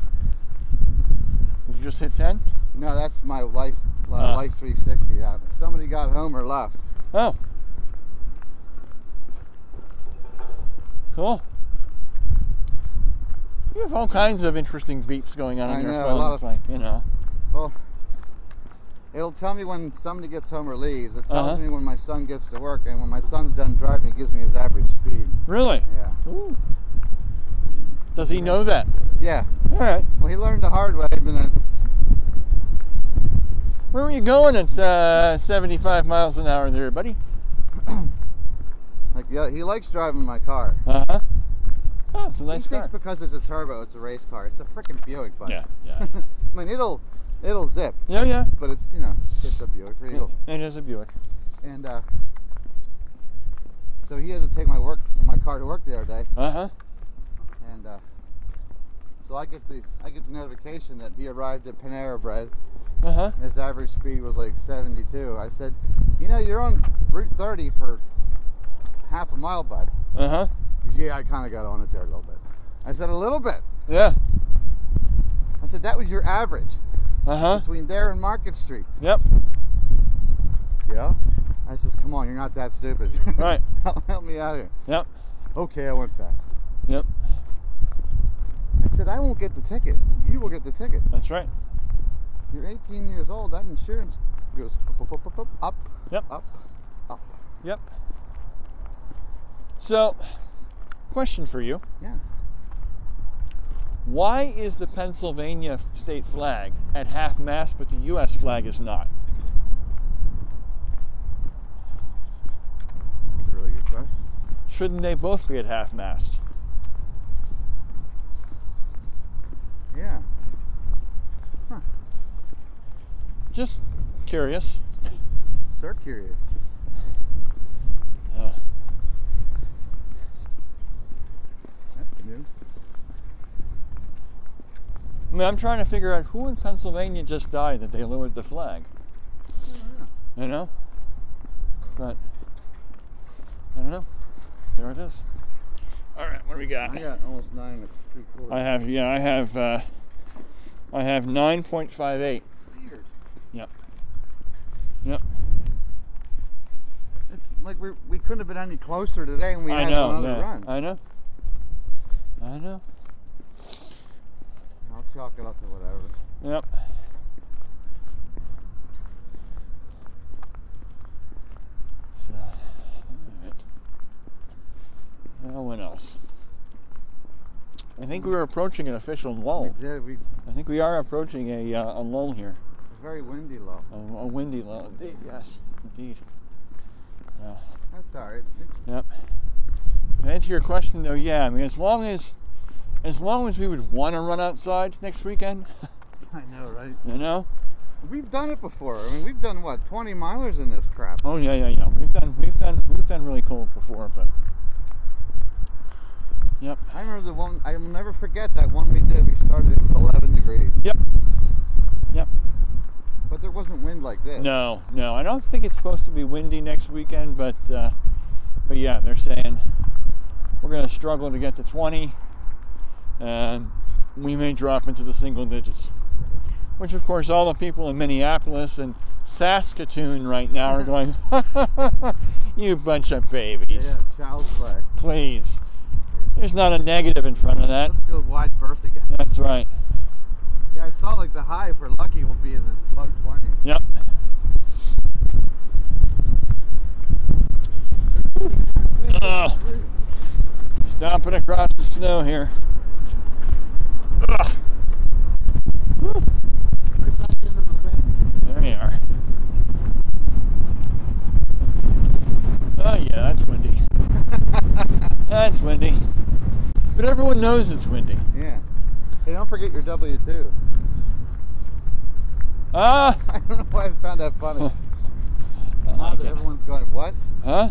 A: Did you just hit 10?
B: No, that's my life. li-
A: Ah.
B: Life 360. Yeah. Somebody got home or left.
A: Oh. Cool. You have all kinds of interesting beeps going on
B: I
A: on your
B: know, a
A: phone.
B: lot
A: it's
B: of-
A: like, you know.
B: Well, it'll tell me when somebody gets home or leaves. It tells
A: Uh-huh.
B: me when my son gets to work, and when my son's done driving, it gives me his average speed.
A: Really?
B: Yeah.
A: Ooh. Does he know that?
B: Yeah.
A: All right.
B: Well, he learned the hard way, but then
A: Where were you going at uh, 75 miles an hour there, buddy?
B: like yeah, he likes driving my car.
A: Uh huh. Oh, it's a nice
B: he
A: car.
B: thinks because it's a turbo, it's a race car. It's a freaking Buick, but
A: yeah, yeah.
B: I mean, it'll it'll zip,
A: yeah, yeah.
B: but it's you know, it's a Buick Regal,
A: It is a Buick.
B: and uh, so he had to take my work my car to work the other day,
A: Uh huh.
B: and uh, so I get the I get the notification that he arrived at Panera Bread.
A: Uh huh.
B: His average speed was like 72. I said, you know, you're on Route 30 for half a mile, bud.
A: Uh huh.
B: He's, yeah, I kind of got on it there a little bit. I said, a little bit.
A: Yeah.
B: I said, that was your average
A: Uh huh.
B: between there and Market Street.
A: Yep.
B: Yeah. I says, come on, you're not that stupid.
A: Right.
B: help, help me out here.
A: Yep.
B: Okay, I went fast.
A: Yep.
B: I said, I won't get the ticket. You will get the ticket.
A: That's right.
B: You're 18 years old. That insurance goes up, up, up, up, up,
A: Yep.
B: up, up.
A: Yep. So, question for you.
B: Yeah.
A: Why is the Pennsylvania state flag at half mast, but the U.S. flag is not?
B: That's a really good question.
A: Shouldn't they both be at half mast?
B: Yeah.
A: Just curious.
B: Sir curious.
A: Uh,
B: That's new.
A: I mean, I'm trying to figure out who in Pennsylvania just died that they lowered the flag. You know? But, I don't know. There it is. All right, what do we got?
B: I got almost nine and three quarters.
A: I have, yeah, I have, uh, I have 9.58.
B: Weird.
A: Yep. Yep.
B: It's like we, we couldn't have been any closer today, and we
A: I
B: had
A: know.
B: another
A: yeah,
B: run.
A: I know. I know.
B: I'll chalk it up to whatever.
A: Yep. So, alright. Now, what else? I think we are approaching an official lull.
B: We did. We it
A: I think we are approaching a, uh, a lull here,
B: was very windy low.
A: a, a windy lull. Indeed, yes, indeed. Yeah.
B: That's all right. It-
A: Yep. To answer your question though, yeah, I mean as long as as long as we would want to run outside next weekend,
B: I know, right?
A: you know?
B: We've done it before. I mean, we've done what 20 milers in this crap.
A: Oh yeah, yeah, yeah. We've done we've done we've done really cool before, but Yep.
B: I remember the one. I will never forget that one we did. We started it with 11 degrees,
A: Yep. Yep.
B: but there wasn't wind like this.
A: No, no. I don't think it's supposed to be windy next weekend, but uh, but yeah, they're saying we're gonna struggle to get to twenty and we may drop into the single digits. which of course all the people in Minneapolis and Saskatoon right now are going, you bunch of babies,
B: Yeah, child's play.
A: please. There's not a negative in front of that.
B: Let's go wide berth again.
A: That's right.
B: Yeah, I saw like the high for Lucky will be in the low 20s.
A: Yep. Ugh. Stomping across the snow here. Ugh. Whew.
B: Right back into the wind.
A: There you are. Oh yeah, that's windy. That's windy. But everyone knows it's windy.
B: Yeah. Hey, don't forget your W two.
A: Ah,
B: I don't know why I found that funny.
A: I
B: Now
A: like
B: that
A: it.
B: everyone's going, what?
A: huh?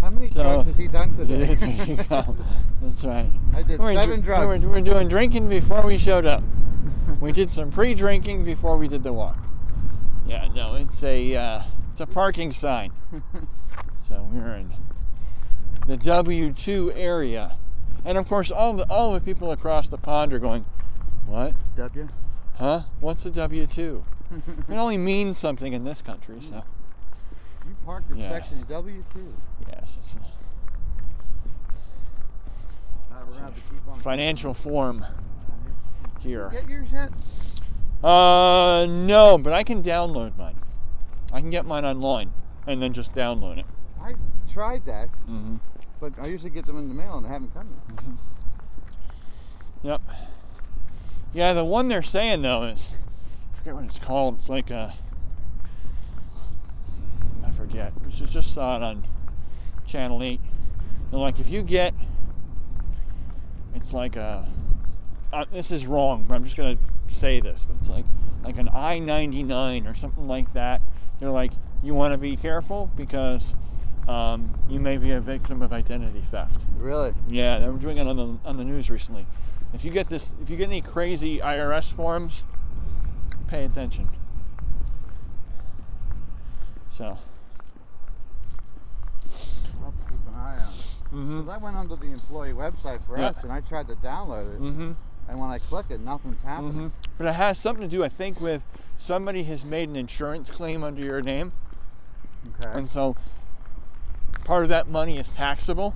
B: How many
A: So-
B: drugs has he done today?
A: There you go. That's right.
B: I did
A: We're in-
B: seven drugs.
A: We're, we're doing drinking before we showed up. We did some pre-drinking before we did the walk. Yeah, no, it's a uh, it's a parking sign. So we're in the W2 area, and of course, all the all the people across the pond are going, "What?
B: w.
A: Huh? What's a W2?" It
B: you
A: only means something in this country, so
B: parked in
A: Yeah.
B: section W Uh, two.
A: yes, it's a
B: we're gonna have to keep on.
A: financial form here.
B: Get yours yet?
A: Uh, no, but I can download mine. I can get mine online and then just download it.
B: I tried that,
A: Mm-hmm.
B: but I usually get them in the mail and they haven't come yet.
A: Yep. Yeah, the one they're saying though is, I forget what it's called. It's like uh, I forget. I just just saw it on Channel Eight. And like, if you get, it's like a. Uh, this is wrong, but I'm just gonna say this. But it's like like an I-99 or something like that. They're like, you want to be careful because um, you may be a victim of identity theft.
B: Really?
A: Yeah, they were doing it on the on the news recently. If you get this, if you get any crazy IRS forms, pay attention. So,
B: I'll have to keep an eye on it. Because I went onto the employee website for
A: Yeah.
B: us and I tried to download it,
A: hmm
B: and when I click it, nothing's
A: hmm
B: happening.
A: but it has something to do, I think, with somebody has made an insurance claim under your name,
B: Okay.
A: Mm-hmm. and so part of that money is taxable,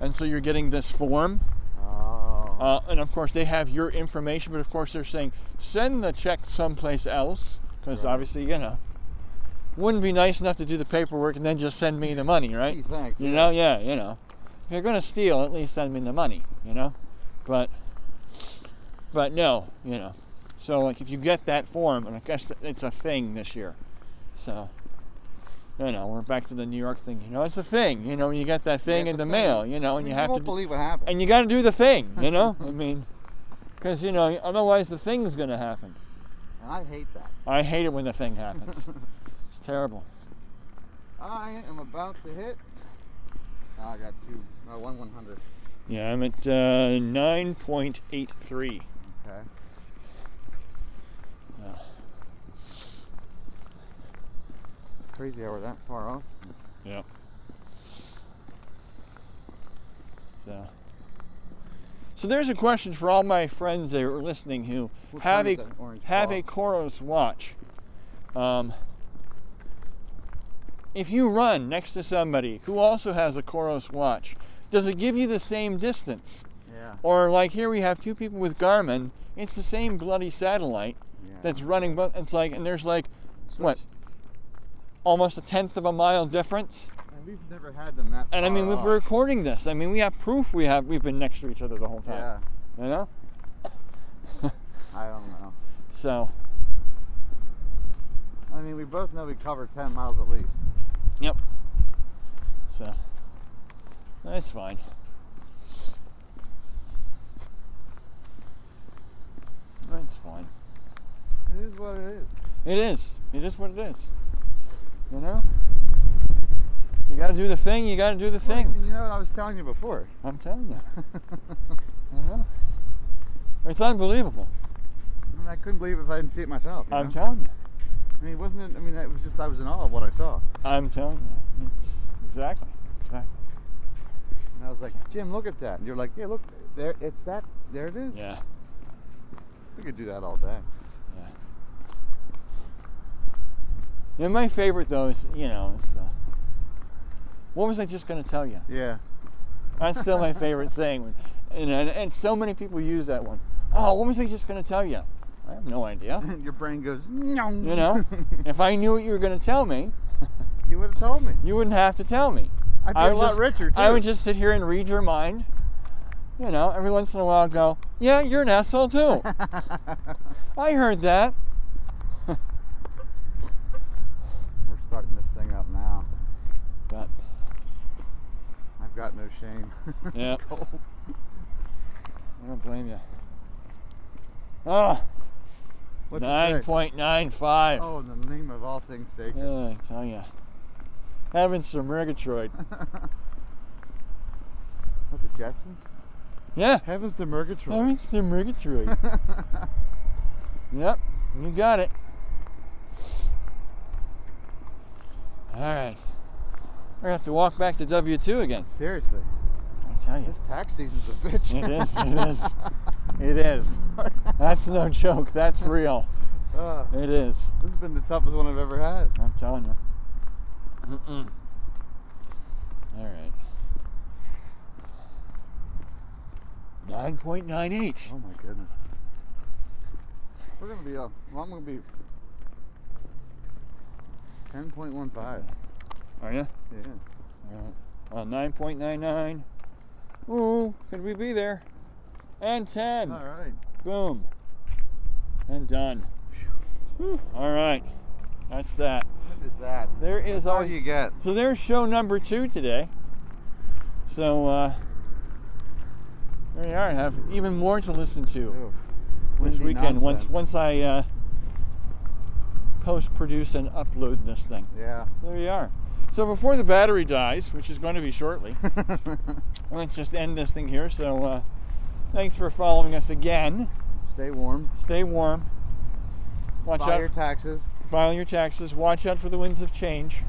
A: and so you're getting this form,
B: oh.
A: uh, and of course they have your information, but of course they're saying send the check someplace else because
B: Right.
A: obviously you know wouldn't be nice enough to do the paperwork and then just send me the money, right?
B: Gee, thanks.
A: You
B: yeah.
A: know, yeah, you know. If you're gonna steal, at least send me the money, you know. But but no, you know. So like if you get that form, and I guess it's a thing this year, so. You know, we're back to the New York thing. You know, it's a thing. You know, you get that thing
B: get
A: in
B: the
A: the
B: thing.
A: mail. You know, and you, have
B: won't
A: to do-
B: believe what happened.
A: and you got to do the thing, you know? I mean, because, you know, otherwise the thing's going to happen.
B: And I hate that.
A: I hate it when the thing happens. It's terrible.
B: I am about to hit. Oh, I got two. Oh, one 100.
A: Yeah, I'm at uh, 9.83.
B: Okay.
A: Yeah.
B: It's crazy how we're that far off.
A: So. so there's a question for all my friends that are listening who
B: We'll
A: Have
B: turn
A: a-
B: it to orange
A: have
B: ball.
A: a Koros watch. Um, if you run next to somebody who also has a Koros watch, does it give you the same distance?
B: Yeah.
A: Or like here we have two people with Garmin. It's the same bloody satellite
B: yeah.
A: that's running, but it's like and there's like what?
B: Switch.
A: almost a tenth of a mile difference.
B: And we've never had them that.
A: And I
B: far
A: mean,
B: off.
A: we're recording this. I mean, we have proof. We have we've been next to each other the whole time.
B: Yeah.
A: You know.
B: I don't know.
A: So
B: I mean, we both know we cover 10 miles at least.
A: so that's fine. That's fine.
B: It is what it is.
A: It is. It is what it is. You know. You got to do the thing. You got to do the
B: Well, I
A: thing.
B: mean, you know what I was telling you before.
A: I'm telling you. I know. It's unbelievable.
B: I mean, I couldn't believe if I didn't see it myself. you
A: I'm
B: know?
A: telling you.
B: I mean, wasn't it? I mean, it was just I was in awe of what I saw.
A: I'm telling you. It's exactly. Exactly.
B: And I was like, Jim, look at that. And you're like, yeah, look, there, it's that, there it is.
A: Yeah.
B: We could do that all day.
A: And my favorite though is you know is the. What was I just gonna tell you?
B: Yeah.
A: That's still my favorite saying, and, and and so many people use that one. Oh, what was I just gonna tell you? I have no idea.
B: Your brain goes, no.
A: You know, if I knew what you were gonna tell me,
B: you would have told me.
A: you wouldn't have to tell me.
B: I'd be
A: I
B: a
A: would
B: lot
A: just-
B: richer too.
A: I would just sit here and read your mind. You know, every once in a while, go, yeah, you're an asshole too. I heard that.
B: We're starting this thing up now.
A: But
B: I've got no shame.
A: Yeah.
B: Cold. blame you.
A: Oh,
B: What's it say?
A: 9.95.
B: Oh, in the name of all things sacred.
A: Yeah, I tell ya. Having some Murgatroyd.
B: What, the Jetsons?
A: Yeah,
B: Heaven's the Murgatroyd.
A: having some Murgatroyd. Yep, you got it. All right. We're going to have to walk back to W2 again.
B: Seriously,
A: I tell you.
B: this tax season's a bitch.
A: It is, it is. It is. That's no joke. That's real.
B: Uh,
A: It is.
B: this has been the toughest one I've ever had.
A: I'm telling you. Mm-mm. All right. 9.98.
B: Oh my goodness. We're gonna be up. Well, I'm gonna be 10.15.
A: Are you?
B: Oh, Yeah.
A: Uh, 9.99. Ooh, could we be there? And 10.
B: All right.
A: Boom. And done. Whew. All right. That's that.
B: What is that?
A: There is
B: That's all
A: our-
B: you get.
A: So there's show number two today. So uh, there you are. I have even more to listen to
B: Oof.
A: this
B: Windy
A: weekend once
B: nonsense.
A: once I uh, post produce and upload this thing.
B: Yeah.
A: There you are. So before the battery dies, which is going to be shortly, let's just end this thing here. So uh, thanks for following us again.
B: Stay warm.
A: Stay warm. Watch
B: File your
A: out.
B: taxes.
A: file your taxes. Watch out for the winds of change.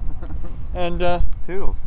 A: and uh,
B: Toodles.